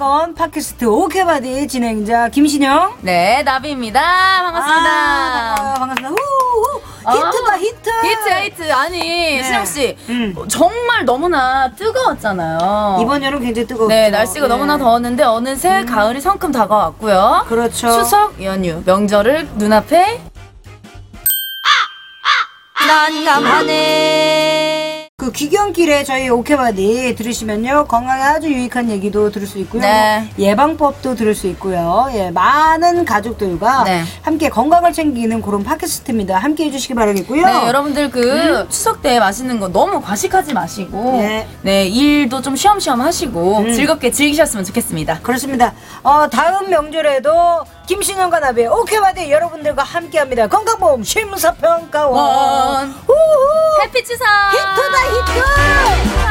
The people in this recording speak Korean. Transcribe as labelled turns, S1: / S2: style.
S1: 원 팟캐스트 오케바디 진행자 김신영.
S2: 네, 나비입니다. 반갑습니다.
S1: 아, 반갑습니다. 후, 후. 히트다
S2: 아,
S1: 히트.
S2: 히트 에이트 아니 신영 씨
S1: 음.
S2: 어, 정말 너무나 뜨거웠잖아요.
S1: 이번 여름 굉장히 뜨거워. 예. 음.
S2: 네 날씨가 너무나 더웠는데 어느새 가을이 성큼 다가왔고요.
S1: 그렇죠.
S2: 추석 연휴 명절을 눈앞에
S1: 아!
S2: 난감하네.
S1: 그 귀경길에 저희 오케바디 들으시면요 건강에 아주 유익한 얘기도 들을 수 있고요
S2: 네.
S1: 뭐 예방법도 들을 수 있고요 예 많은 가족들과
S2: 네.
S1: 함께 건강을 챙기는 그런 팟캐스트입니다 함께 해주시기 바라겠고요
S2: 네, 여러분들 그 추석 때 맛있는 거 너무 과식하지 마시고
S1: 음. 네. 음.
S2: 네, 일도 좀 쉬엄쉬엄 하시고 즐겁게 즐기셨으면 좋겠습니다.
S1: 그렇습니다 어 다음 명절에도 김신영과 나비 오케바디 여러분들과 함께합니다 건강보험 심사평가원
S2: 원.
S1: 우후
S2: 해피 추석! 네,
S1: 히트다 히트